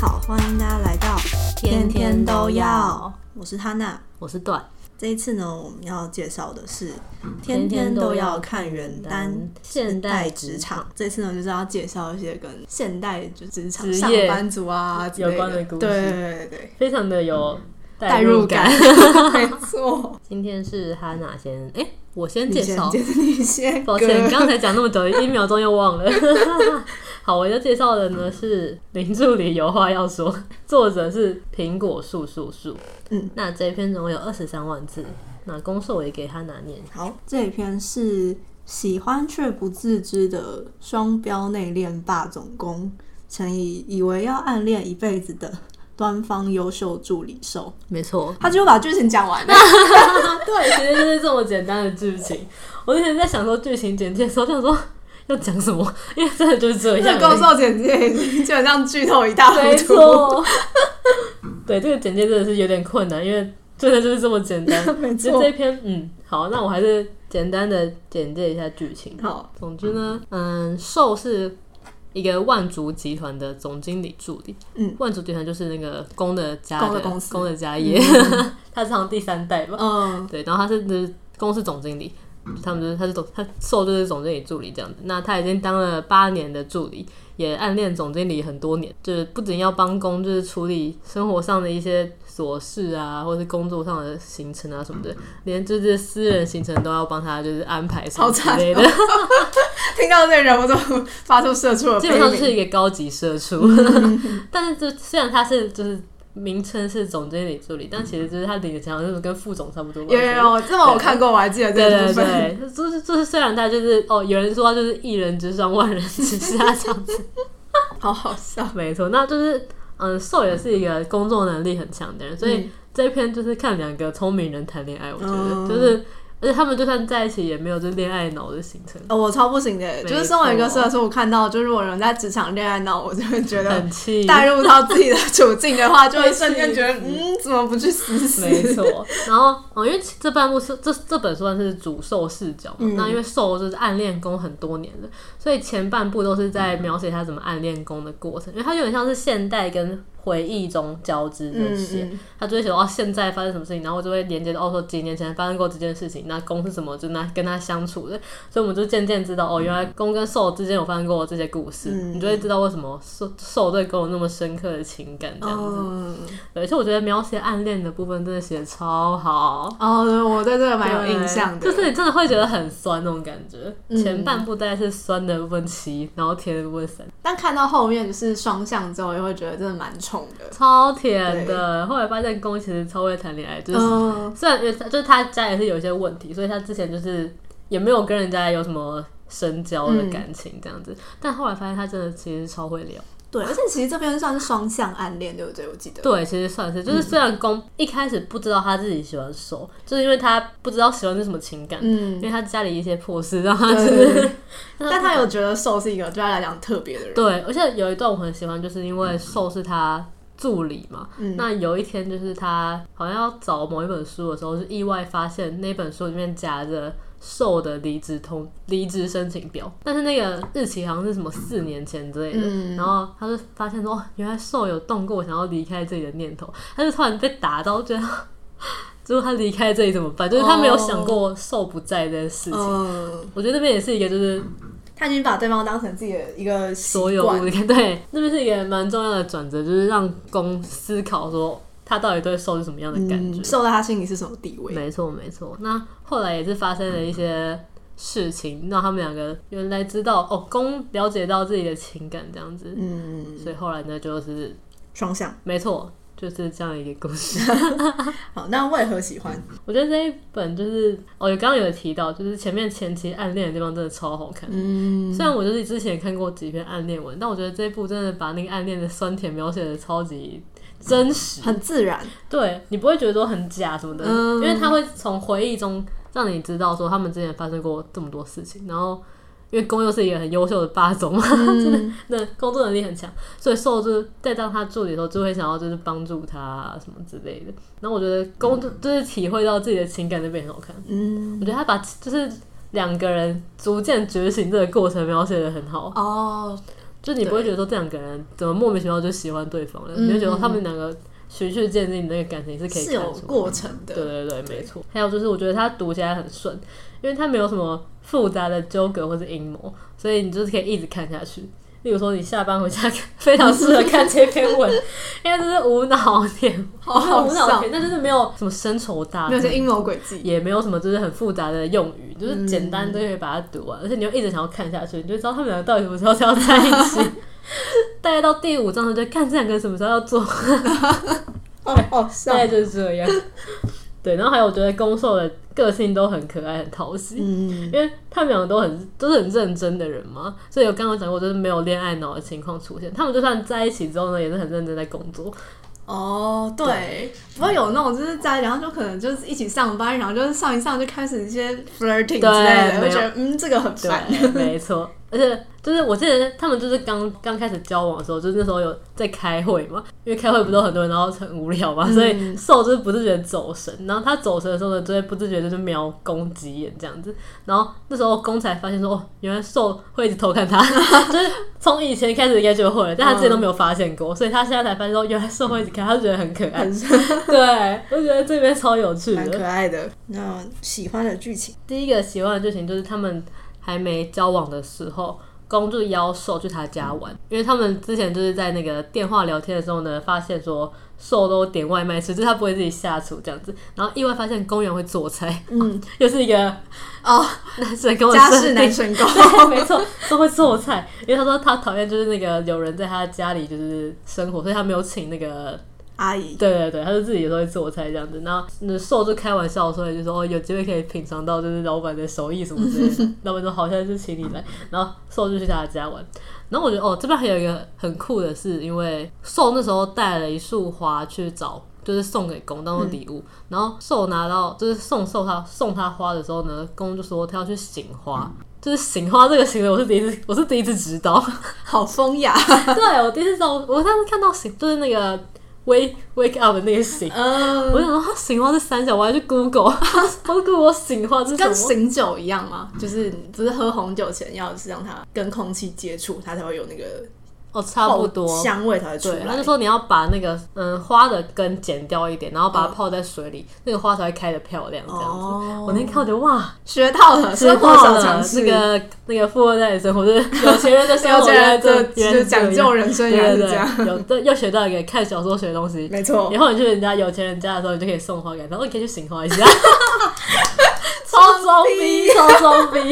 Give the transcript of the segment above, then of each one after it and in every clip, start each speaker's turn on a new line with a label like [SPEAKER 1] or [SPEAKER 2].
[SPEAKER 1] 好，欢迎大家来到
[SPEAKER 2] 天天都要，
[SPEAKER 1] 我是哈娜。
[SPEAKER 2] 我是段，
[SPEAKER 1] 这一次呢，我们要介绍的是《天天
[SPEAKER 2] 天天
[SPEAKER 1] 都
[SPEAKER 2] 都
[SPEAKER 1] 要
[SPEAKER 2] 要
[SPEAKER 1] 看
[SPEAKER 2] 看
[SPEAKER 1] 人
[SPEAKER 2] 人
[SPEAKER 1] 单
[SPEAKER 2] 单》
[SPEAKER 1] 现
[SPEAKER 2] 现
[SPEAKER 1] 代
[SPEAKER 2] 代
[SPEAKER 1] 职
[SPEAKER 2] 职
[SPEAKER 1] 场
[SPEAKER 2] 场。
[SPEAKER 1] 这次呢，就是要介绍一些跟现代就职场
[SPEAKER 2] 职
[SPEAKER 1] 上
[SPEAKER 2] 业
[SPEAKER 1] 班族啊之类
[SPEAKER 2] 有关的故事
[SPEAKER 1] 对对对对，
[SPEAKER 2] 非常的有
[SPEAKER 1] 代
[SPEAKER 2] 嗯代
[SPEAKER 1] 入
[SPEAKER 2] 感。
[SPEAKER 1] 感， 没 错。
[SPEAKER 2] 今天是哈娜先，哎、我先
[SPEAKER 1] 你
[SPEAKER 2] 介
[SPEAKER 1] 先
[SPEAKER 2] 绍。
[SPEAKER 1] 介绍你先，
[SPEAKER 2] 抱歉，刚才讲那么久，一秒钟又忘了。 好，我要介绍的呢是《林助理有话要说》，作者是苹果树树树。
[SPEAKER 1] 嗯，
[SPEAKER 2] 那这篇总共有二十三万字，那公受也给哈娜念。
[SPEAKER 1] 好，这一篇是喜欢却不自知的双标内敛霸总攻，乘以以为要暗恋一辈子的端方优秀助理受，
[SPEAKER 2] 没错，
[SPEAKER 1] 他就把剧情讲完了。
[SPEAKER 2] 对，其实就是这么简单的剧情。我之前在想说剧情简介的时候，想说要讲什么，因为真的就是这样
[SPEAKER 1] 这
[SPEAKER 2] 而已。
[SPEAKER 1] 高手简介基本上剧透一大
[SPEAKER 2] 没
[SPEAKER 1] 糊涂，
[SPEAKER 2] 错，对，这个简介真的是有点困难，因为真的就是这么 简单。
[SPEAKER 1] 没
[SPEAKER 2] 就
[SPEAKER 1] 错
[SPEAKER 2] 这。篇，嗯，好，那我还是简单的简介一下剧情。
[SPEAKER 1] 好，
[SPEAKER 2] 总之呢，嗯，寿是一个万族集团的总经理助理。
[SPEAKER 1] 嗯，
[SPEAKER 2] 万族集团就是那个公的家
[SPEAKER 1] 公的公司
[SPEAKER 2] 公的家业， 他是好像第三代吧？
[SPEAKER 1] 嗯，
[SPEAKER 2] 对，然后他是就是公司总经理，他们就是他是总他受就是总经理助理这样子。那他已经当了八年的助理，也暗恋总经理很多年，就是不仅要帮工，就是处理生活上的一些琐事啊，或是工作上的行程啊什么的，连就是私人行程都要帮他就是安排什么
[SPEAKER 1] 好
[SPEAKER 2] 之
[SPEAKER 1] 惨
[SPEAKER 2] 类的。
[SPEAKER 1] 听到这人我都发出社畜的
[SPEAKER 2] 基
[SPEAKER 1] 悲
[SPEAKER 2] 本上就
[SPEAKER 1] 鸣。
[SPEAKER 2] 是一个高级社 畜，但是就虽然他是就是。名称是总经理助理，但其实就是他领的奖就是跟副总差不多吧。
[SPEAKER 1] 有有有，这么我看过，我还记得
[SPEAKER 2] 对
[SPEAKER 1] 这部
[SPEAKER 2] 对
[SPEAKER 1] 分。
[SPEAKER 2] 对，就是就是，虽然他就是哦，有人说他就是一人之上，万人之下这样子，
[SPEAKER 1] 好好笑。
[SPEAKER 2] 没错。那就是嗯，寿也是一个工作能力很强的人，所以这一篇就是看两个聪明人谈恋爱，我觉得、
[SPEAKER 1] 嗯
[SPEAKER 2] 就是，而且他们就算在一起也没有就是恋爱脑的形成，
[SPEAKER 1] 哦，我超不行的，
[SPEAKER 2] 错
[SPEAKER 1] 就是身为一个社畜，我看到就是我人在职场恋爱脑，我就会觉得
[SPEAKER 2] 很气。
[SPEAKER 1] 带入到自己的处境的话，就会
[SPEAKER 2] 会
[SPEAKER 1] 瞬间
[SPEAKER 2] 气
[SPEAKER 1] 觉得，
[SPEAKER 2] 死
[SPEAKER 1] 嗯，怎么不去死死？
[SPEAKER 2] 没错，然后哦，因为这半部是这这本书算是主受视角嘛，
[SPEAKER 1] 嗯
[SPEAKER 2] 那因为受就是暗恋宫很多年了，所以前半部都是在描写他怎么暗恋宫的过程，因为他有点像是现代跟回忆中交织着
[SPEAKER 1] 嗯
[SPEAKER 2] 写，
[SPEAKER 1] 嗯，
[SPEAKER 2] 他就会写到、哦、现在发生什么事情，然后就会连接到哦说几年前发生过这件事情，那宫是什么，就那跟他相处的，所以我们就渐渐知道哦，原来宫跟受之间有发生过这些故事，
[SPEAKER 1] 嗯
[SPEAKER 2] 你就会知道为什么受受对宫有那么深刻的情感这样子。
[SPEAKER 1] 哦，
[SPEAKER 2] 而且我觉得描写暗恋的部分真的写得超好，
[SPEAKER 1] 哦，对我对这个蛮有
[SPEAKER 2] 对
[SPEAKER 1] 印象的，
[SPEAKER 2] 就是你真的会觉得很酸那种感觉。
[SPEAKER 1] 嗯
[SPEAKER 2] 前半部大概是酸的部分七，然后甜的部分三，
[SPEAKER 1] 但看到后面就是双向之后，也会觉得真的蛮冲的。
[SPEAKER 2] 超甜的。后来发现宫其实超会谈恋爱，就是、
[SPEAKER 1] 嗯，
[SPEAKER 2] 虽然就是他家也是有一些问题，所以他之前就是也没有跟人家有什么深交
[SPEAKER 1] 嗯
[SPEAKER 2] 的感情这样子，但后来发现他真的其实超会聊。
[SPEAKER 1] 对，而且其实这边算是双向暗恋，对不对？我嗯记得，
[SPEAKER 2] 对，其实算是，就是虽然宫一开始不知道他自己喜欢受，就是因为他不知道喜欢是什么情感，因
[SPEAKER 1] 嗯，
[SPEAKER 2] 为他家里一些破事，让他
[SPEAKER 1] 对
[SPEAKER 2] 就
[SPEAKER 1] 对对
[SPEAKER 2] 是，
[SPEAKER 1] 但他有觉得瘦是一个对他来讲特别的人，
[SPEAKER 2] 对，而且有一段我很喜欢，就是因为寿是他助理嘛。
[SPEAKER 1] 嗯
[SPEAKER 2] 那有一天，就是他好像要找某一本书的时候，就意外发现那本书里面夹着寿的离职通离职申请表，但是那个日期好像是什么四年前之类的。
[SPEAKER 1] 嗯
[SPEAKER 2] 然后他就发现说，哦，原来寿有动过想要离开这里的念头，他就突然被打到，觉得 如果他离开这里怎么办？就是他没有
[SPEAKER 1] 哦
[SPEAKER 2] 想过寿不在这件事情。
[SPEAKER 1] 嗯，
[SPEAKER 2] 我觉得那边也是一个，就是
[SPEAKER 1] 他已经把对方当成自己的一个习
[SPEAKER 2] 所有
[SPEAKER 1] 惯
[SPEAKER 2] 物的 对，那边是一个蛮重要的转折，就是让公思考说他到底对受是什么样的感觉。
[SPEAKER 1] 嗯，瘦在他心里是什么地位？
[SPEAKER 2] 没错，没错。那后来也是发生了一些事情，让他们两个原来知道哦，公了解到自己的情感这样子，
[SPEAKER 1] 嗯，
[SPEAKER 2] 所以后来呢就是
[SPEAKER 1] 双向。
[SPEAKER 2] 没错，就是这样一个故事。
[SPEAKER 1] 好，那为何喜欢？
[SPEAKER 2] 我觉得这一本就是哦，刚刚有提到，就是前面前期暗恋的地方真的超好看。
[SPEAKER 1] 嗯，
[SPEAKER 2] 虽然我就是之前看过几篇暗恋文，但我觉得这一部真的把那个暗恋的酸甜描写的超级真实，
[SPEAKER 1] 很自然，
[SPEAKER 2] 对你不会觉得说很假什么的，
[SPEAKER 1] 嗯
[SPEAKER 2] 因为他会从回忆中让你知道说他们之前发生过这么多事情，然后因为宫又是一个很优秀的霸总嘛，
[SPEAKER 1] 嗯，
[SPEAKER 2] 那工作能力很强，所以受就是在当他助理的时候就会想要就是帮助他、啊、什么之类的，然后我觉得工作就是体会到自己的情感那边很好看，
[SPEAKER 1] 嗯，
[SPEAKER 2] 我觉得他把就是。两个人逐渐觉醒这个过程描写的很好，
[SPEAKER 1] 哦，
[SPEAKER 2] 就你不会觉得说这两个人怎么莫名其妙就喜欢对方了，你会觉得他们两个循序渐进，那个感情是可以
[SPEAKER 1] 嗯是
[SPEAKER 2] 看出来
[SPEAKER 1] 有
[SPEAKER 2] 的
[SPEAKER 1] 过程
[SPEAKER 2] 对
[SPEAKER 1] 的。
[SPEAKER 2] 对对，没错。还有就是，我觉得它读起来很顺，因为它没有什么复杂的纠葛或是阴谋，所以你就是可以一直看下去。例如说，你下班回家看，非常适合看这篇文，因为这是无 脑甜，
[SPEAKER 1] 好
[SPEAKER 2] 就是
[SPEAKER 1] 好
[SPEAKER 2] 无脑
[SPEAKER 1] 笑，
[SPEAKER 2] 甜，但就是没有什么深仇大
[SPEAKER 1] 哦没有些
[SPEAKER 2] 恨，
[SPEAKER 1] 阴谋诡计。
[SPEAKER 2] 也没有什么就是很复杂的用语，就是简单都可以把它读完，而且你又一直想要看下去，你就知道他们两个到底什么时候才要在一 起。大概到第五章的时候，就看这两个人什么时候要做
[SPEAKER 1] 哦，好笑
[SPEAKER 2] 大概就是这样。对，然后还有我觉得攻受的个性都很可爱，很讨喜，
[SPEAKER 3] 嗯，
[SPEAKER 2] 因为他们两个都很都是很认真的人嘛，所以我刚刚讲过，就是没有恋爱脑的情况出现。他们就算在一起之后呢，也是很认真在工作。
[SPEAKER 1] 哦，对，不会有那种就是在，然后就可能就是一起上班，然后就是上一上就开始一些 flirting 之类的，
[SPEAKER 2] 没
[SPEAKER 1] 我
[SPEAKER 2] 有
[SPEAKER 1] 觉得嗯，这个很烦。
[SPEAKER 2] 对， 没错。而且就是我记得他们就是刚刚开始交往的时候，就是那时候有在开会嘛，因为开会不都很多人，然后很无聊嘛，所
[SPEAKER 1] 嗯
[SPEAKER 2] 以受就是不自觉地走神，然后他走神的时候呢，就会不自觉地就是瞄公几眼这样子，然后那时候公才发现说，哦，原来受会一直偷 看他，就是从以前开始应该就会了，但他
[SPEAKER 1] 嗯
[SPEAKER 2] 之前都没有发现过，所以他现在才发现说，原来受会一直看，他就觉得很可 爱，对，我觉得这边超有趣的，
[SPEAKER 1] 蛮可爱的，
[SPEAKER 3] 那喜欢的剧情，
[SPEAKER 2] 第一个喜欢的剧情就是他们还没交往的时候，公就邀寿去他家玩，因为他们之前就是在那个电话聊天的时候呢，发现说寿都点外卖吃，就是他不会自己下厨这样子，然后意外发现公园会做菜，
[SPEAKER 3] 嗯，
[SPEAKER 2] 又是一个
[SPEAKER 1] 哦，
[SPEAKER 2] 男生跟我
[SPEAKER 1] 家事 男神狗，
[SPEAKER 2] 对，没错，都会做菜。因为他说他讨厌就是那个有人在他家里就是生活，所以他没有请那个
[SPEAKER 3] 阿姨，
[SPEAKER 2] 对对对，他就自己有时候会做菜这样子。然后那瘦就开玩笑说，就说哦，有机会可以品尝到就是老板的手艺什么之类的。老板说好，现在就请你来。然后瘦就去他家玩。然后我觉得哦，这边还有一个很酷的是，因为瘦那时候带了一束花去找。就是送给公当做礼物，然后寿拿到就是送送他送他花的时候呢，公就说他要去醒花，就是醒花这个行为我是第一次我是第一次知道，
[SPEAKER 1] 好风雅，
[SPEAKER 2] 对我第一次知道，我上次看到醒就是那个 wake wake up 的那个醒，
[SPEAKER 1] 嗯，
[SPEAKER 2] 我想说醒花是三小，我还去 Google，我 Google 醒花是什
[SPEAKER 1] 跟
[SPEAKER 2] 么？
[SPEAKER 1] 醒酒一样吗？就是不是喝红酒前要是让它跟空气接触，它才会有那个
[SPEAKER 2] 哦，差不多。
[SPEAKER 1] 香味才会出
[SPEAKER 2] 对，他
[SPEAKER 1] 来
[SPEAKER 2] 就。说你要把那个嗯花的根剪掉一点，然后把它泡在水里，那个花才会开的漂亮。这样子，
[SPEAKER 1] 嗯哦
[SPEAKER 2] 我那天看我就哇，
[SPEAKER 1] 学到了，
[SPEAKER 2] 知
[SPEAKER 1] 生活
[SPEAKER 2] 道
[SPEAKER 1] 小
[SPEAKER 2] 了
[SPEAKER 1] 常识。
[SPEAKER 2] 那个那个富二代的生活，就是 有钱人的生
[SPEAKER 1] 有
[SPEAKER 2] 活，
[SPEAKER 1] 钱
[SPEAKER 2] 原来
[SPEAKER 1] 人这
[SPEAKER 2] 这原来
[SPEAKER 1] 就是
[SPEAKER 2] 这样
[SPEAKER 1] 讲究人生，
[SPEAKER 2] 对
[SPEAKER 1] 原来
[SPEAKER 2] 对
[SPEAKER 1] 是这样，
[SPEAKER 2] 对，有对又学到一个看小说学的东西，
[SPEAKER 1] 没错
[SPEAKER 2] 以。后你去人家有钱人家的时候，你就可以送花给他，然后你可以去醒花一下， 超装逼，超装逼。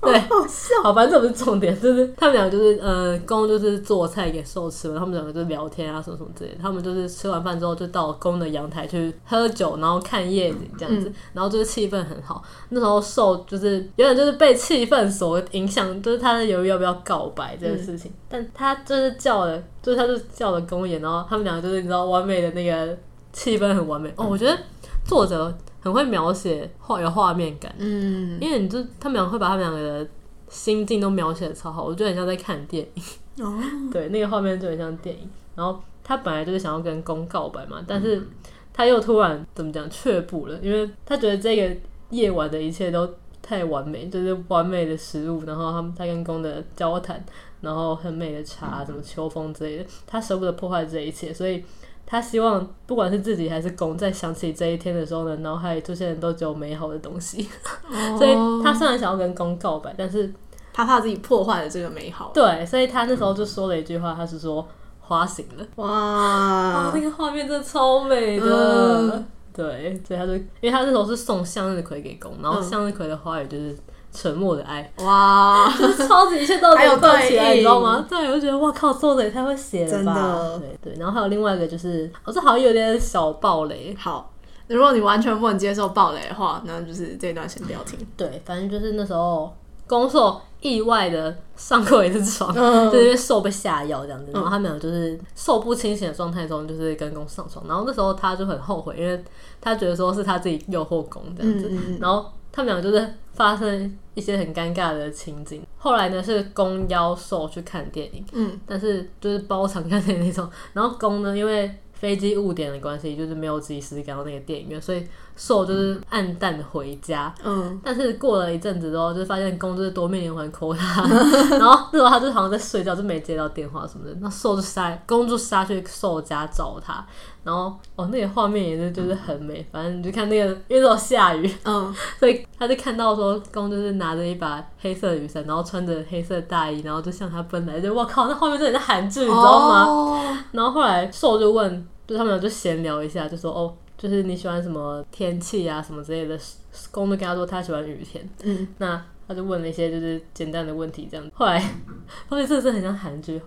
[SPEAKER 2] 对，
[SPEAKER 1] 好笑，
[SPEAKER 2] 好，反正这不是重点，就是他们俩就是呃，公就是做菜给寿吃嘛，他们两个就是聊天啊，什么什么之类的。他们就是吃完饭之后就到公的阳台去喝酒，然后看夜景这样子，然后就是气氛很好。那时候寿就是有点就是被气氛所影响，就是他在犹豫要不要告白这件事情，但他就是叫了，就是他就叫了公演，然后他们两个就是你知道完美的那个气氛很完美哦，我觉得作者很会描写画有画面感。
[SPEAKER 1] 嗯，
[SPEAKER 2] 因为你就他们两个会把他们两个的心境都描写的超好，我觉得很像在看电影。
[SPEAKER 3] 哦，
[SPEAKER 2] 对，那个画面就很像电影。然后他本来就是想要跟公告白嘛，但是他又突然怎么讲却步了，因为他觉得这个夜晚的一切都太完美，就是完美的食物，然后他们他跟公的交谈，然后很美的茶，什么秋风之类的，他舍不得破坏这一切，所以。他希望不管是自己还是公，在想起这一天的时候呢，脑海出现的都只有美好的东西。所以他虽然想要跟公告白，但是
[SPEAKER 1] 他怕自己破坏了这个美好。
[SPEAKER 2] 对，所以他那时候就说了一句话，他是说花醒了。哦
[SPEAKER 1] 哇，
[SPEAKER 2] 那个画面真的超美的。
[SPEAKER 1] 嗯
[SPEAKER 2] 对，所以他就因为他那时候是送向日葵给公，然后向日葵的花语就是沉默的 爱，
[SPEAKER 1] 哇，
[SPEAKER 2] 就是超级一切都
[SPEAKER 1] 还有
[SPEAKER 2] 连贯起
[SPEAKER 1] 对
[SPEAKER 2] 来，
[SPEAKER 1] 应
[SPEAKER 2] 你知道吗？对，我就觉得哇靠，作者也太会写了
[SPEAKER 3] 真
[SPEAKER 2] 吧
[SPEAKER 3] 的！
[SPEAKER 2] 对对，然后还有另外一个就是，我、哦、这好像有点小暴雷，
[SPEAKER 1] 好。如果你完全不能接受暴雷的话，那就是这段先不要听。
[SPEAKER 2] 对，反正就是那时候攻受意外的上过一次床，
[SPEAKER 1] 嗯
[SPEAKER 2] 就是因为受被下药这样子，然后他们俩就是受不清醒的状态中，就是跟公上床，然后那时候他就很后悔，因为他觉得说是他自己诱惑公这
[SPEAKER 1] 嗯
[SPEAKER 2] 样子，然后他们俩就是发生一些很尴尬的情景。后来呢是公邀受去看电影，
[SPEAKER 1] 嗯，
[SPEAKER 2] 但是就是包场看电影那种，然后公呢因为。飞机误点的关系，就是没有及时赶到那个电影院，所以受就是暗淡回家。
[SPEAKER 1] 嗯，
[SPEAKER 2] 但是过了一阵子之后，就发现公就是多面连环扣他， 然后那时候他就好像在睡觉，就没接到电话什么的。那受就杀公就杀去受家找他，然后哦那个画面也是就是很美，反正你就看那个因为那时候下雨，
[SPEAKER 1] 嗯，
[SPEAKER 2] 所以他就看到说公就是拿着一把黑色的雨伞，然后穿着黑色的大衣，然后就向他奔来，就我靠，那画面真的是韩剧，你知道吗？
[SPEAKER 1] 哦、
[SPEAKER 2] 然后后来兽就问，就他们俩就闲聊一下，就说哦，就是你喜欢什么天气啊，什么之类的。公就跟他说他喜欢雨天，
[SPEAKER 1] 嗯，
[SPEAKER 2] 那他就问了一些就是简单的问题这样。后来后面真的是很像韩剧，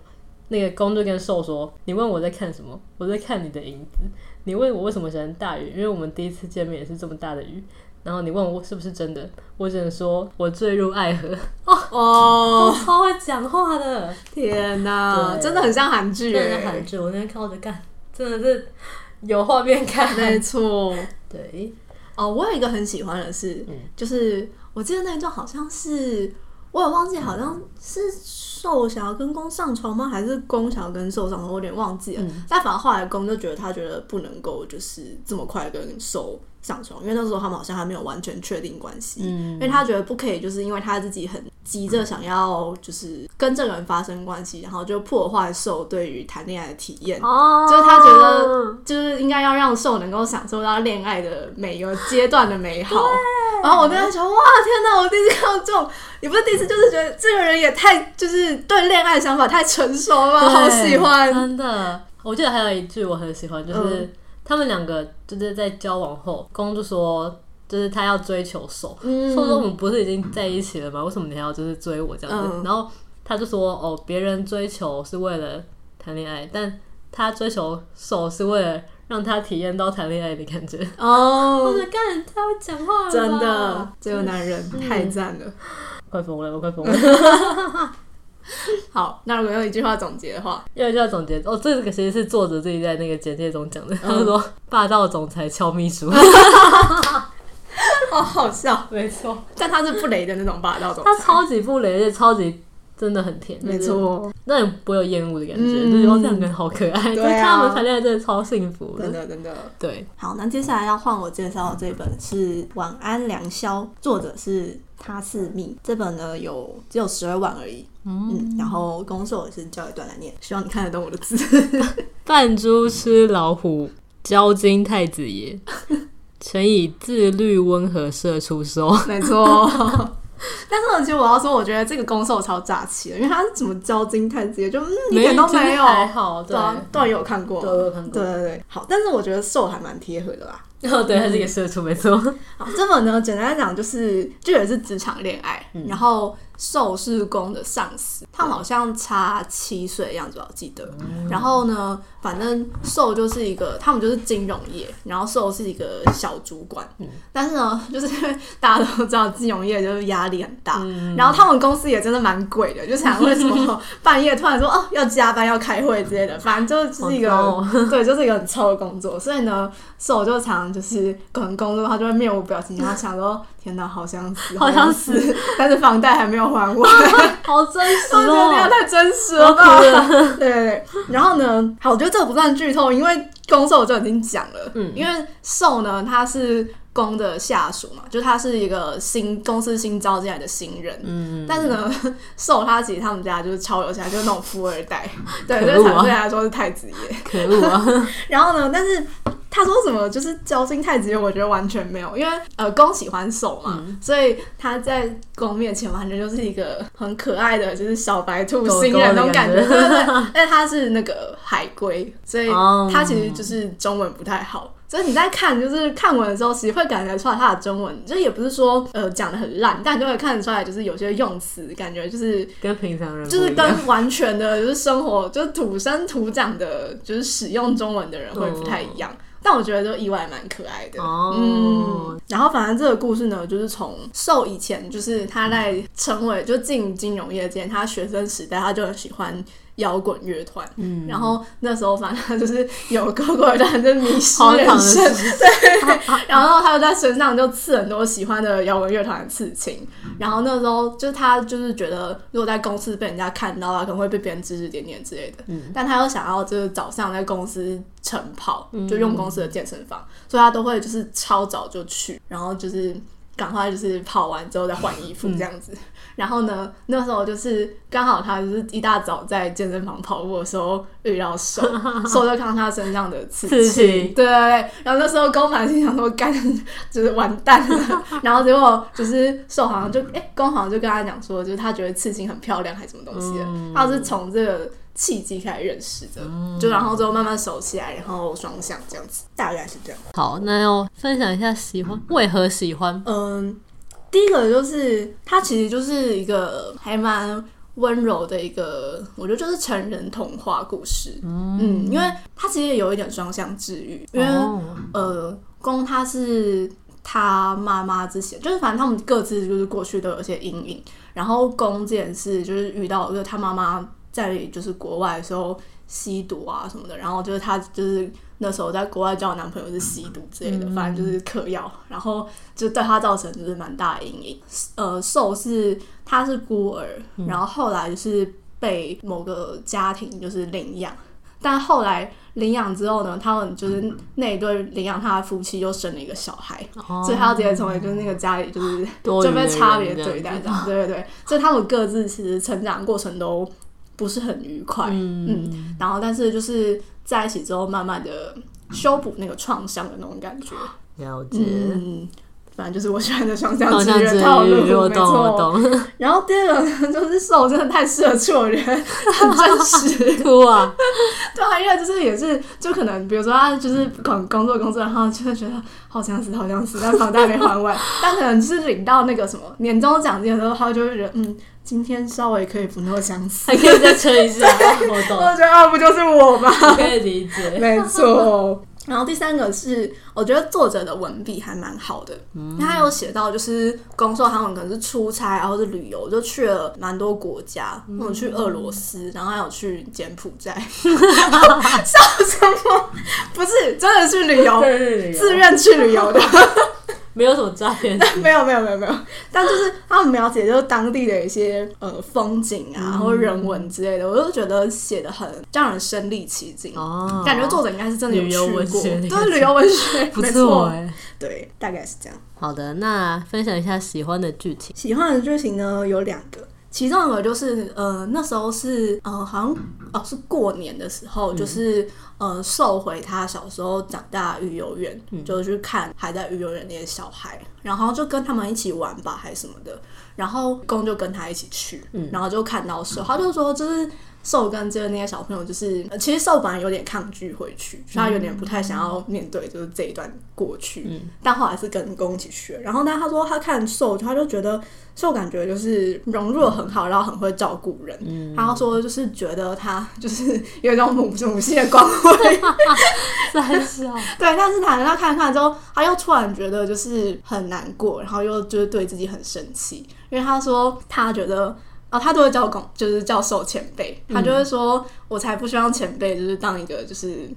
[SPEAKER 2] 那个公就跟兽说，你问我在看什么，我在看你的影子。你问我为什么喜欢大雨，因为我们第一次见面也是这么大的雨。然后你问我是不是真的，我只能说我坠入爱河。
[SPEAKER 1] 哦，
[SPEAKER 2] 超会讲话的，
[SPEAKER 1] 天哪，
[SPEAKER 2] 对
[SPEAKER 1] 真的很像韩剧欸
[SPEAKER 2] 真的是
[SPEAKER 1] 耶，
[SPEAKER 2] 韩剧，我那天看我就干，真的是有画面看。
[SPEAKER 1] 没错。
[SPEAKER 2] 对，
[SPEAKER 1] 哦，我有一个很喜欢的是，
[SPEAKER 2] 嗯
[SPEAKER 1] 就是我记得那一段好像是。我也忘记，好像是瘦想要跟公上床吗？还是公想要跟瘦上床？我有点忘记了。
[SPEAKER 2] 嗯
[SPEAKER 1] 但反而后来公就觉得他觉得不能够就是这么快跟瘦上床，因为那时候他们好像还没有完全确定关系。因
[SPEAKER 2] 嗯
[SPEAKER 1] 为他觉得不可以，就是因为他自己很急着想要，就是跟这个人发生关系，然后就破坏受对于谈恋爱的体验，
[SPEAKER 2] 哦
[SPEAKER 1] 就是他觉得就是应该要让受能够享受到恋爱的每一个阶段的美好。然后我跟他说：“哇，天哪！我第一次看到这种，也不是第一次，就是觉得这个人也太就是对恋爱的想法太成熟了吧，好喜欢。
[SPEAKER 2] 真的。我记得还有一句我很喜欢，就是、
[SPEAKER 1] 嗯
[SPEAKER 2] 他们两个就是在交往后，公就说就是他要追求手，
[SPEAKER 1] 嗯
[SPEAKER 2] 说说我们不是已经在一起了吗？为什么你还要就是追我这样子？
[SPEAKER 1] 嗯
[SPEAKER 2] 然后他就说哦，别人追求是为了谈恋爱，但他追求手是为了让他体验到谈恋爱的感觉。
[SPEAKER 1] 哦
[SPEAKER 2] 我，的干，他会讲话了吧，
[SPEAKER 1] 真的，这个男人太赞了。
[SPEAKER 2] 快疯了，我快疯了。
[SPEAKER 1] 好，那如果用一句话总结的 话，
[SPEAKER 2] 因为就要总结哦，这个其实是作者自己在那个简介中讲
[SPEAKER 1] 嗯
[SPEAKER 2] 的，他说霸道总裁敲秘书，
[SPEAKER 1] 好好笑。”
[SPEAKER 2] 没错，
[SPEAKER 1] 但他是不雷的那种霸道总
[SPEAKER 2] 他
[SPEAKER 1] 裁，
[SPEAKER 2] 超级不雷，而且超级真的很甜，
[SPEAKER 1] 没，错，
[SPEAKER 2] 那你不会有厌恶的感觉，
[SPEAKER 1] 嗯
[SPEAKER 2] 就是哦，这两个人好可爱，就是
[SPEAKER 1] 对啊啊
[SPEAKER 2] 看他们谈恋爱真的超幸福
[SPEAKER 1] 真
[SPEAKER 2] 的，
[SPEAKER 1] 的真的，
[SPEAKER 2] 对，
[SPEAKER 3] 好，那接下来要换我介绍的这本是《晚安良宵》，作者是他是密。这本呢有只有十二万而已，嗯，然后公受也是教一段来念，希望你看得懂我的字。
[SPEAKER 2] 扮猪吃老虎，交金太子爷， 曾以自律温和社 出售，
[SPEAKER 1] 没错。但是我其实我要说，我觉得这个攻受超炸气的，因为他是怎么交金太直接，就嗯一点都
[SPEAKER 2] 其实
[SPEAKER 1] 没有。
[SPEAKER 2] 还好，对
[SPEAKER 1] 对，啊，对，有看过，
[SPEAKER 2] 对我有看过
[SPEAKER 1] 对对对，好，但是我觉得受还蛮贴合的啦。
[SPEAKER 2] 哦，对，他是一个社畜，没错，
[SPEAKER 1] 好，这本呢，简单来讲就是，这也是职场恋爱，然后受是公的上司，他们好像差七岁的样子吧，我记得。然后呢，反正受就是一个，他们就是金融业，然后受是一个小主管，但是呢，就是 因为大家都知道金融业就是压力很大，然后他们公司也真的蛮鬼的，就想为什
[SPEAKER 2] 嗯
[SPEAKER 1] 么 半夜突然说哦要加班要开会之类的，反正就是一个、
[SPEAKER 2] 好哦
[SPEAKER 1] 对，就是一个很臭的工作。所以呢，手就常就是可能工作他就会面无表情，然后想说天哪，好想死，
[SPEAKER 2] 好想
[SPEAKER 1] 死，但是房贷还没有还我。
[SPEAKER 2] 好真实
[SPEAKER 1] 我觉得
[SPEAKER 2] 哦
[SPEAKER 1] 要。太真实了吧？对对对。然后呢，好，我觉得这个不算剧透，因为公受我就已经讲了。
[SPEAKER 2] 嗯
[SPEAKER 1] 因为受呢，他是公的下属嘛，就他是一个新公司新招进来的新人。
[SPEAKER 2] 嗯，
[SPEAKER 1] 但是呢， 受他其实他们家就是超有钱，就是那种富二代，对，
[SPEAKER 2] 可恶啊
[SPEAKER 1] 就是相对来说是太子爷。
[SPEAKER 2] 可恶啊！
[SPEAKER 1] 然后呢，但是他说什么就是交心太直接，我觉得完全没有，因为呃公喜欢瘦嘛，
[SPEAKER 2] 嗯
[SPEAKER 1] 所以他在公面前完全就是一个很可爱的，就是小白兔
[SPEAKER 2] 狗狗
[SPEAKER 1] 新人那种
[SPEAKER 2] 的
[SPEAKER 1] 感
[SPEAKER 2] 感
[SPEAKER 1] 觉，
[SPEAKER 2] 觉
[SPEAKER 1] 对对 对。但他是那个海龟，所以
[SPEAKER 2] 哦
[SPEAKER 1] 他其实就是中文不太好。所以你在看就是看文的时候，其实会感觉出来他的中文，就也不是说呃讲的很烂，但你就会看得出来，就是有些用词感觉就是
[SPEAKER 2] 跟平常人不
[SPEAKER 1] 就是
[SPEAKER 2] 一样
[SPEAKER 1] 跟完全的，就是生活，就是土生土长的，就是使用中文的人会不太一样。但我觉得就意外蛮可爱的。
[SPEAKER 2] 哦
[SPEAKER 1] 嗯，然后反正这个故事呢，就是从受以前就是他在成为就进金融业之前，他学生时代他就很喜欢摇滚乐团，嗯，然后那时候反正他就是有各个人 就迷失人生，对， 然后他就在身上就刺很多喜欢的摇滚乐团的刺青，然后那时候就是他就是觉得如果在公司被人家看到啊，可能会被别人指指点点之类的，嗯，但他又想要就是早上在公司晨跑，就用公司的健身房，所以他都会就是超早就去，然后就是。赶快就是跑完之后再换衣服这样子。然后呢，那时候就是刚好他就是一大早在健身房跑步的时候遇到瘦，瘦就看到他身上的刺
[SPEAKER 2] 刺
[SPEAKER 1] 对
[SPEAKER 2] 青
[SPEAKER 1] 对对。然后那时候宫满心想说干就是完蛋了，然后结果就是瘦好像就哎宫、好像就跟他讲说，就是他觉得刺青很漂亮还是什么东西的，他是从这个。契机开始认识的，就然后之后慢慢熟起来，然后双向这样子，大概是这样。
[SPEAKER 2] 好，那要分享一下喜欢为何喜欢，
[SPEAKER 1] 嗯，第一个就是它其实就是一个还蛮温柔的一个，我觉得就是成人童话故事。嗯因为它其实也有一点双向治愈，因为、
[SPEAKER 2] 哦
[SPEAKER 1] 呃，公他是他妈妈之前，就是反正他们各自就是过去都有一些阴影。然后公这件事就是遇到，就是他妈妈在就是国外的时候吸毒啊什么的，然后就是他就是那时候在国外交的男朋友是吸毒之类的，反正就是嗑药，然后就对他造成就是蛮大的阴影。呃，受是他是孤儿，然后后来就是被某个家庭就是领养。但后来领养之后呢，他们就是那一对领养他的夫妻又生了一个小孩，
[SPEAKER 2] 哦
[SPEAKER 1] 所以他要直接成为就是那个家里就是
[SPEAKER 2] 多余
[SPEAKER 1] 就
[SPEAKER 2] 的
[SPEAKER 1] 被
[SPEAKER 2] 人
[SPEAKER 1] 差别
[SPEAKER 2] 这样
[SPEAKER 1] 对待
[SPEAKER 2] 子
[SPEAKER 1] 这样，对对对，所以他们各自其实成长过程都不是很愉快，嗯然后但是就是在一起之后，慢慢的修补那个创伤的那种感觉，
[SPEAKER 2] 了解，
[SPEAKER 1] 嗯，反正就是我喜欢的双向
[SPEAKER 2] 好像
[SPEAKER 1] 之
[SPEAKER 2] 治
[SPEAKER 1] 约套路，
[SPEAKER 2] 愈，我
[SPEAKER 1] 没
[SPEAKER 2] 懂我
[SPEAKER 1] 错。
[SPEAKER 2] 懂，
[SPEAKER 1] 然后第二个呢就是瘦真的太适合做人，很真实。
[SPEAKER 2] 哭啊，
[SPEAKER 1] 对啊，因为就是也是，就可能比如说他就是工工作工作，然后就会觉得好想死好想死，但房贷没还完，但可能就是领到那个什么年终奖金的时候，他就会觉得嗯，今天稍微可以不那么想死。
[SPEAKER 2] 还可以再吹 一下，哦我
[SPEAKER 1] 我
[SPEAKER 2] 懂，
[SPEAKER 1] 觉得啊，不就是我吗？
[SPEAKER 2] 我可以理 解，
[SPEAKER 1] 没错。然后第三个是，我觉得作者的文笔还蛮好的，因为他有写到就是攻受他们可能是出差啊，或是旅游，就去了蛮多国家，我、去俄罗斯，然后还有去柬埔 寨，笑什么？不是真的去旅游，
[SPEAKER 2] 对
[SPEAKER 1] 自愿去旅 游的，
[SPEAKER 2] 没有什么诈 骗，
[SPEAKER 1] 没有没有没有没有，但就是他们描写就是当地的一些呃风景啊，或者人文之类的，我就觉得写的很让人身临其境
[SPEAKER 2] 哦
[SPEAKER 1] 感觉作者应该是真的有
[SPEAKER 2] 旅游
[SPEAKER 1] 去
[SPEAKER 2] 文
[SPEAKER 1] 过，
[SPEAKER 2] 学那个
[SPEAKER 1] 对旅游文学，
[SPEAKER 2] 不
[SPEAKER 1] 没
[SPEAKER 2] 错
[SPEAKER 1] 错，
[SPEAKER 2] 哎。
[SPEAKER 1] 对，大概是这样。
[SPEAKER 2] 好的，那分享一下喜欢的剧情。
[SPEAKER 1] 喜欢的剧情呢有两个，其中一个就是呃那时候是呃好像哦是过年的时候，就是呃受回他小时候长大的育幼院，就去看还在育幼院那些小孩，然后就跟他们一起玩吧还是什么的，然后公就跟他一起去，然后就看到瘦，他就说就是。瘦跟这那些小朋友，就是呃其实瘦本来有点抗拒回去，所以他有点不太想要面对，就是这一段过去。但后来是跟公一起去，然后但他说他看瘦，他就觉得瘦感觉就是融入的很好，然后很会照顾人。然后说就是觉得他就是有一种母母系的光 辉，
[SPEAKER 2] 三笑，
[SPEAKER 1] 对，但是他他看看之后，他又突然觉得就是很难过，然后又就是对自己很生气，因为他说他觉得。啊、他都会叫公，就是叫受前辈，他就会说：“我才不希望前辈就是当一个就是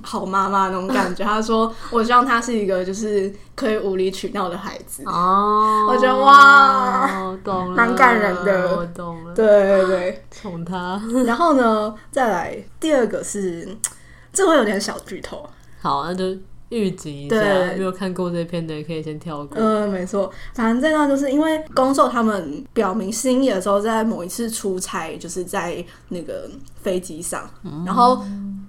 [SPEAKER 1] 好妈妈那种感觉。”他说：“我希望他是一个就是可以无理取闹的孩子。”
[SPEAKER 2] 哦，
[SPEAKER 1] 我觉得哇，
[SPEAKER 2] 懂 了，
[SPEAKER 1] 蛮感人的
[SPEAKER 2] 我懂了，
[SPEAKER 1] 对对对，
[SPEAKER 2] 宠他。
[SPEAKER 1] 然后呢，再来第二个是，这会有点小剧透。
[SPEAKER 2] 好，那就预警一下，
[SPEAKER 1] 对
[SPEAKER 2] 没有看过这片的人可以先跳过。
[SPEAKER 1] 嗯、没错，反正这段就是因为宫寿他们表明心意的时候，在某一次出差，就是在那个飞机上，然后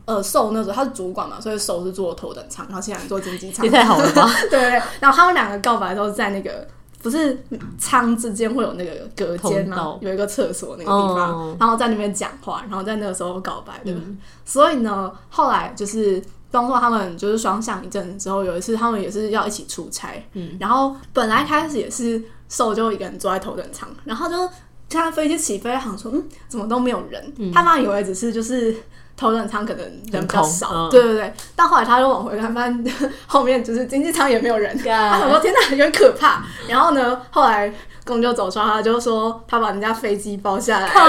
[SPEAKER 1] 呃，寿那时候他是主管嘛，所以寿是坐头等舱，然后现在坐经济舱
[SPEAKER 2] 也，太好了 吧？
[SPEAKER 1] 对对，然后他们两个告白都是在那个。不是舱之间会有那个隔间
[SPEAKER 2] 通
[SPEAKER 1] 吗
[SPEAKER 2] 道？
[SPEAKER 1] 有一个厕所那个地方
[SPEAKER 2] 哦嗯
[SPEAKER 1] 然后在那边讲话，然后在那个时候告白的。所以呢，后来就是东硕他们就是双向一阵子之后，有一次他们也是要一起出差，
[SPEAKER 2] 嗯
[SPEAKER 1] 然后本来开始也是瘦就一个人坐在头等舱，然后就看飞机起飞，想说嗯，怎么都没有人，他妈以为只是就是。头等舱可能人比较少，
[SPEAKER 2] 嗯很空嗯
[SPEAKER 1] 对对对。但后来他又往回看，发现后面就是经济舱也没有人，
[SPEAKER 2] 干
[SPEAKER 1] 他想说天哪，有点可怕。然后呢，后来公就走出来，他就说他把人家飞机包下来，
[SPEAKER 2] 靠，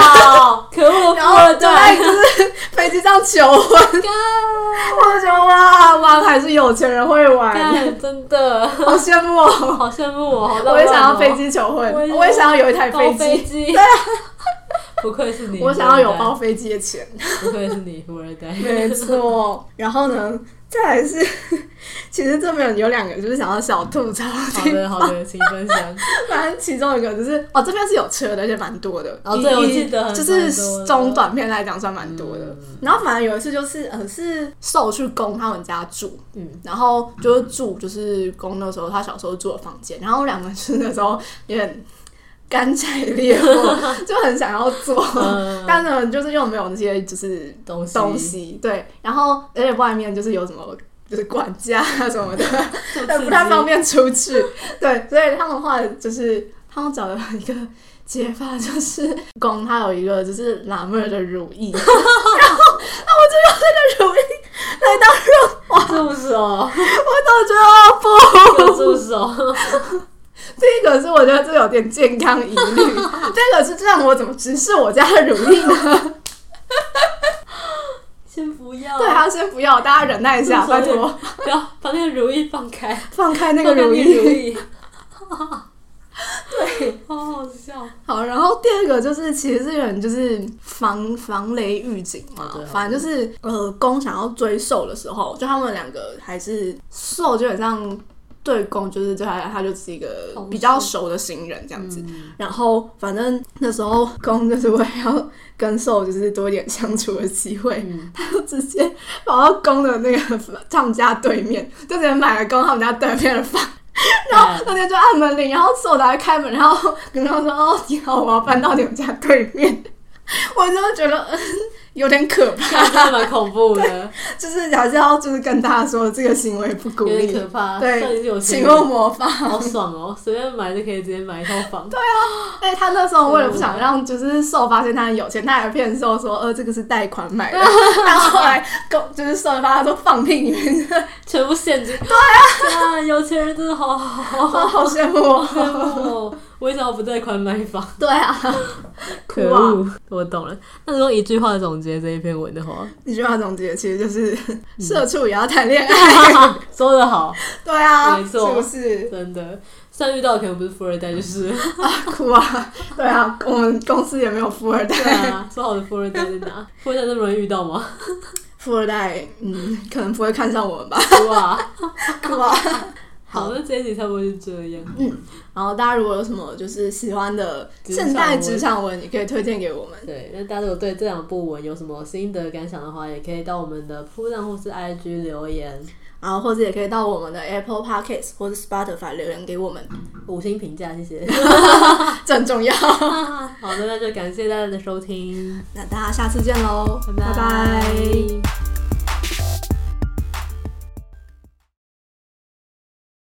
[SPEAKER 2] 可恶，
[SPEAKER 1] 然后
[SPEAKER 2] 破
[SPEAKER 1] 就在
[SPEAKER 2] 绽，
[SPEAKER 1] 飞机上求婚， 我就觉得哇，玩还是有钱人会玩，
[SPEAKER 2] 干真的
[SPEAKER 1] 好羡慕哦！
[SPEAKER 2] 好羡慕我，好浪漫哦
[SPEAKER 1] 我也想要飞，机求婚
[SPEAKER 2] 我也，
[SPEAKER 1] 我也想要有一台
[SPEAKER 2] 包
[SPEAKER 1] 飞
[SPEAKER 2] 飞
[SPEAKER 1] 机，啊
[SPEAKER 2] 机，不愧是你，
[SPEAKER 1] 我想要有包，飞机的 钱。
[SPEAKER 2] 不愧是你，富二代，
[SPEAKER 1] 没错，然后呢，再来是， 其实这边有两个就是想要小吐槽
[SPEAKER 2] 好
[SPEAKER 1] 地
[SPEAKER 2] 的好的，请分享，
[SPEAKER 1] 反正其中一个就是哦，这边是有车的，而且蛮多的。
[SPEAKER 2] 哦
[SPEAKER 1] 以
[SPEAKER 2] 对我
[SPEAKER 1] 以
[SPEAKER 2] 记得很
[SPEAKER 1] 就是中短片来讲算蛮多的。
[SPEAKER 2] 嗯
[SPEAKER 1] 然后反正有一次就是呃是受去公他们家住，
[SPEAKER 2] 嗯，
[SPEAKER 1] 然后就是住就是公那时候他小时候住的房间，然后两个人就是那时候有点干柴 烈火，就很想要做，
[SPEAKER 2] 嗯
[SPEAKER 1] 但呢就是又没有那些就是
[SPEAKER 2] 东西
[SPEAKER 1] 东
[SPEAKER 2] 嗯
[SPEAKER 1] 西，对，然后而且外面就是有什么。就是管家啊什么的，
[SPEAKER 2] 这么
[SPEAKER 1] 但
[SPEAKER 2] 刺
[SPEAKER 1] 不太
[SPEAKER 2] 激
[SPEAKER 1] 方便出去。对，所以他们后来就是他们找了一个解法，就是公他有一个就是拉妹的乳液， 然后那我就用这个乳液来当肉，
[SPEAKER 2] 助手，
[SPEAKER 1] 我都觉得
[SPEAKER 2] 有
[SPEAKER 1] 不。
[SPEAKER 2] 助手，
[SPEAKER 1] 第一个是我觉得这有点健康疑虑，第二个是这样我怎么直视我家的乳液 呢？
[SPEAKER 2] 先不要，
[SPEAKER 1] 对啊，先不要，大家忍耐一下，拜托，
[SPEAKER 2] 不要把那个如意放开，
[SPEAKER 1] 放开那
[SPEAKER 2] 那
[SPEAKER 1] 个乳
[SPEAKER 2] 如
[SPEAKER 1] 液。
[SPEAKER 2] 意， 对， 好好笑，
[SPEAKER 1] 好，然后第二个就是，其实这个人就是防防雷预警嘛，
[SPEAKER 2] 对啊
[SPEAKER 1] 反正就是呃，公想要追兽的时候，就他们两个还是兽基本上对公就是对他，他就是一个
[SPEAKER 2] 同事
[SPEAKER 1] 比较熟的新人这样
[SPEAKER 2] 嗯
[SPEAKER 1] 子。然后反正那时候公就是为了要跟兽就是多一点相处的机会，
[SPEAKER 2] 嗯
[SPEAKER 1] 他就直接跑到公的那个 他们家对面，就直接买了公他们家对面的房然后 那天就按门铃，然后手打开开门，然后跟他说：“哦，你好，我要搬到你们家对面。”我真的觉得嗯有点可怕，
[SPEAKER 2] 看真的蛮恐怖的，
[SPEAKER 1] 就是还是要就是跟大家说这个行为不鼓
[SPEAKER 2] 有点
[SPEAKER 1] 励
[SPEAKER 2] 可。怕，算是有
[SPEAKER 1] 对，
[SPEAKER 2] 钱
[SPEAKER 1] 请
[SPEAKER 2] 人
[SPEAKER 1] 勿模仿。
[SPEAKER 2] 好爽哦，随便买就可以直接买一套房，对，
[SPEAKER 1] 哎，他那时候为了不想让就是受发现他很有钱，他还骗受说：“呃，这个是贷款买 的。”但后来公就是受发他说：“放屁！”你们真的
[SPEAKER 2] 全部现金，对啊，有钱人真的好好好
[SPEAKER 1] 好羡慕哦。
[SPEAKER 2] 羡慕哦，为什么不贷款买房？
[SPEAKER 1] 对啊，
[SPEAKER 2] 可
[SPEAKER 1] 哭啊！
[SPEAKER 2] 恶，我懂了。那如果一句话总结这一篇文的 话，
[SPEAKER 1] 一句话总结，其实就是社畜也要谈恋爱。
[SPEAKER 2] 说得好，
[SPEAKER 1] 对啊，
[SPEAKER 2] 没错
[SPEAKER 1] 是不是？
[SPEAKER 2] 真的。虽然遇到可能不是富二代，就是
[SPEAKER 1] 哭啊！对啊，我们公司也没有富二
[SPEAKER 2] 对
[SPEAKER 1] 代，
[SPEAKER 2] 啊，说好的富二代在哪？富二代那么容易遇到吗？
[SPEAKER 1] 富二代嗯，可能不会看上我们吧。
[SPEAKER 2] 哇，
[SPEAKER 1] 哭啊！
[SPEAKER 2] 好，那这一集差不多就这样。
[SPEAKER 1] 然后大家如果有什么就是喜欢的
[SPEAKER 2] 职场文
[SPEAKER 1] 现代职场文，也可以推荐给我们。
[SPEAKER 2] 对，那大家如果对这两部文有什么心得感想的话，也可以到我们的铺浪或是 IG 留言，
[SPEAKER 1] 然后或者也可以到我们的 Apple Podcast 或者 Spotify 留言给我们，
[SPEAKER 2] 五星评价，谢 谢。
[SPEAKER 1] 啊这很重要。
[SPEAKER 2] 好的，那就感谢大家的收听，
[SPEAKER 1] 那大家下次见喽，
[SPEAKER 2] 拜
[SPEAKER 1] 拜拜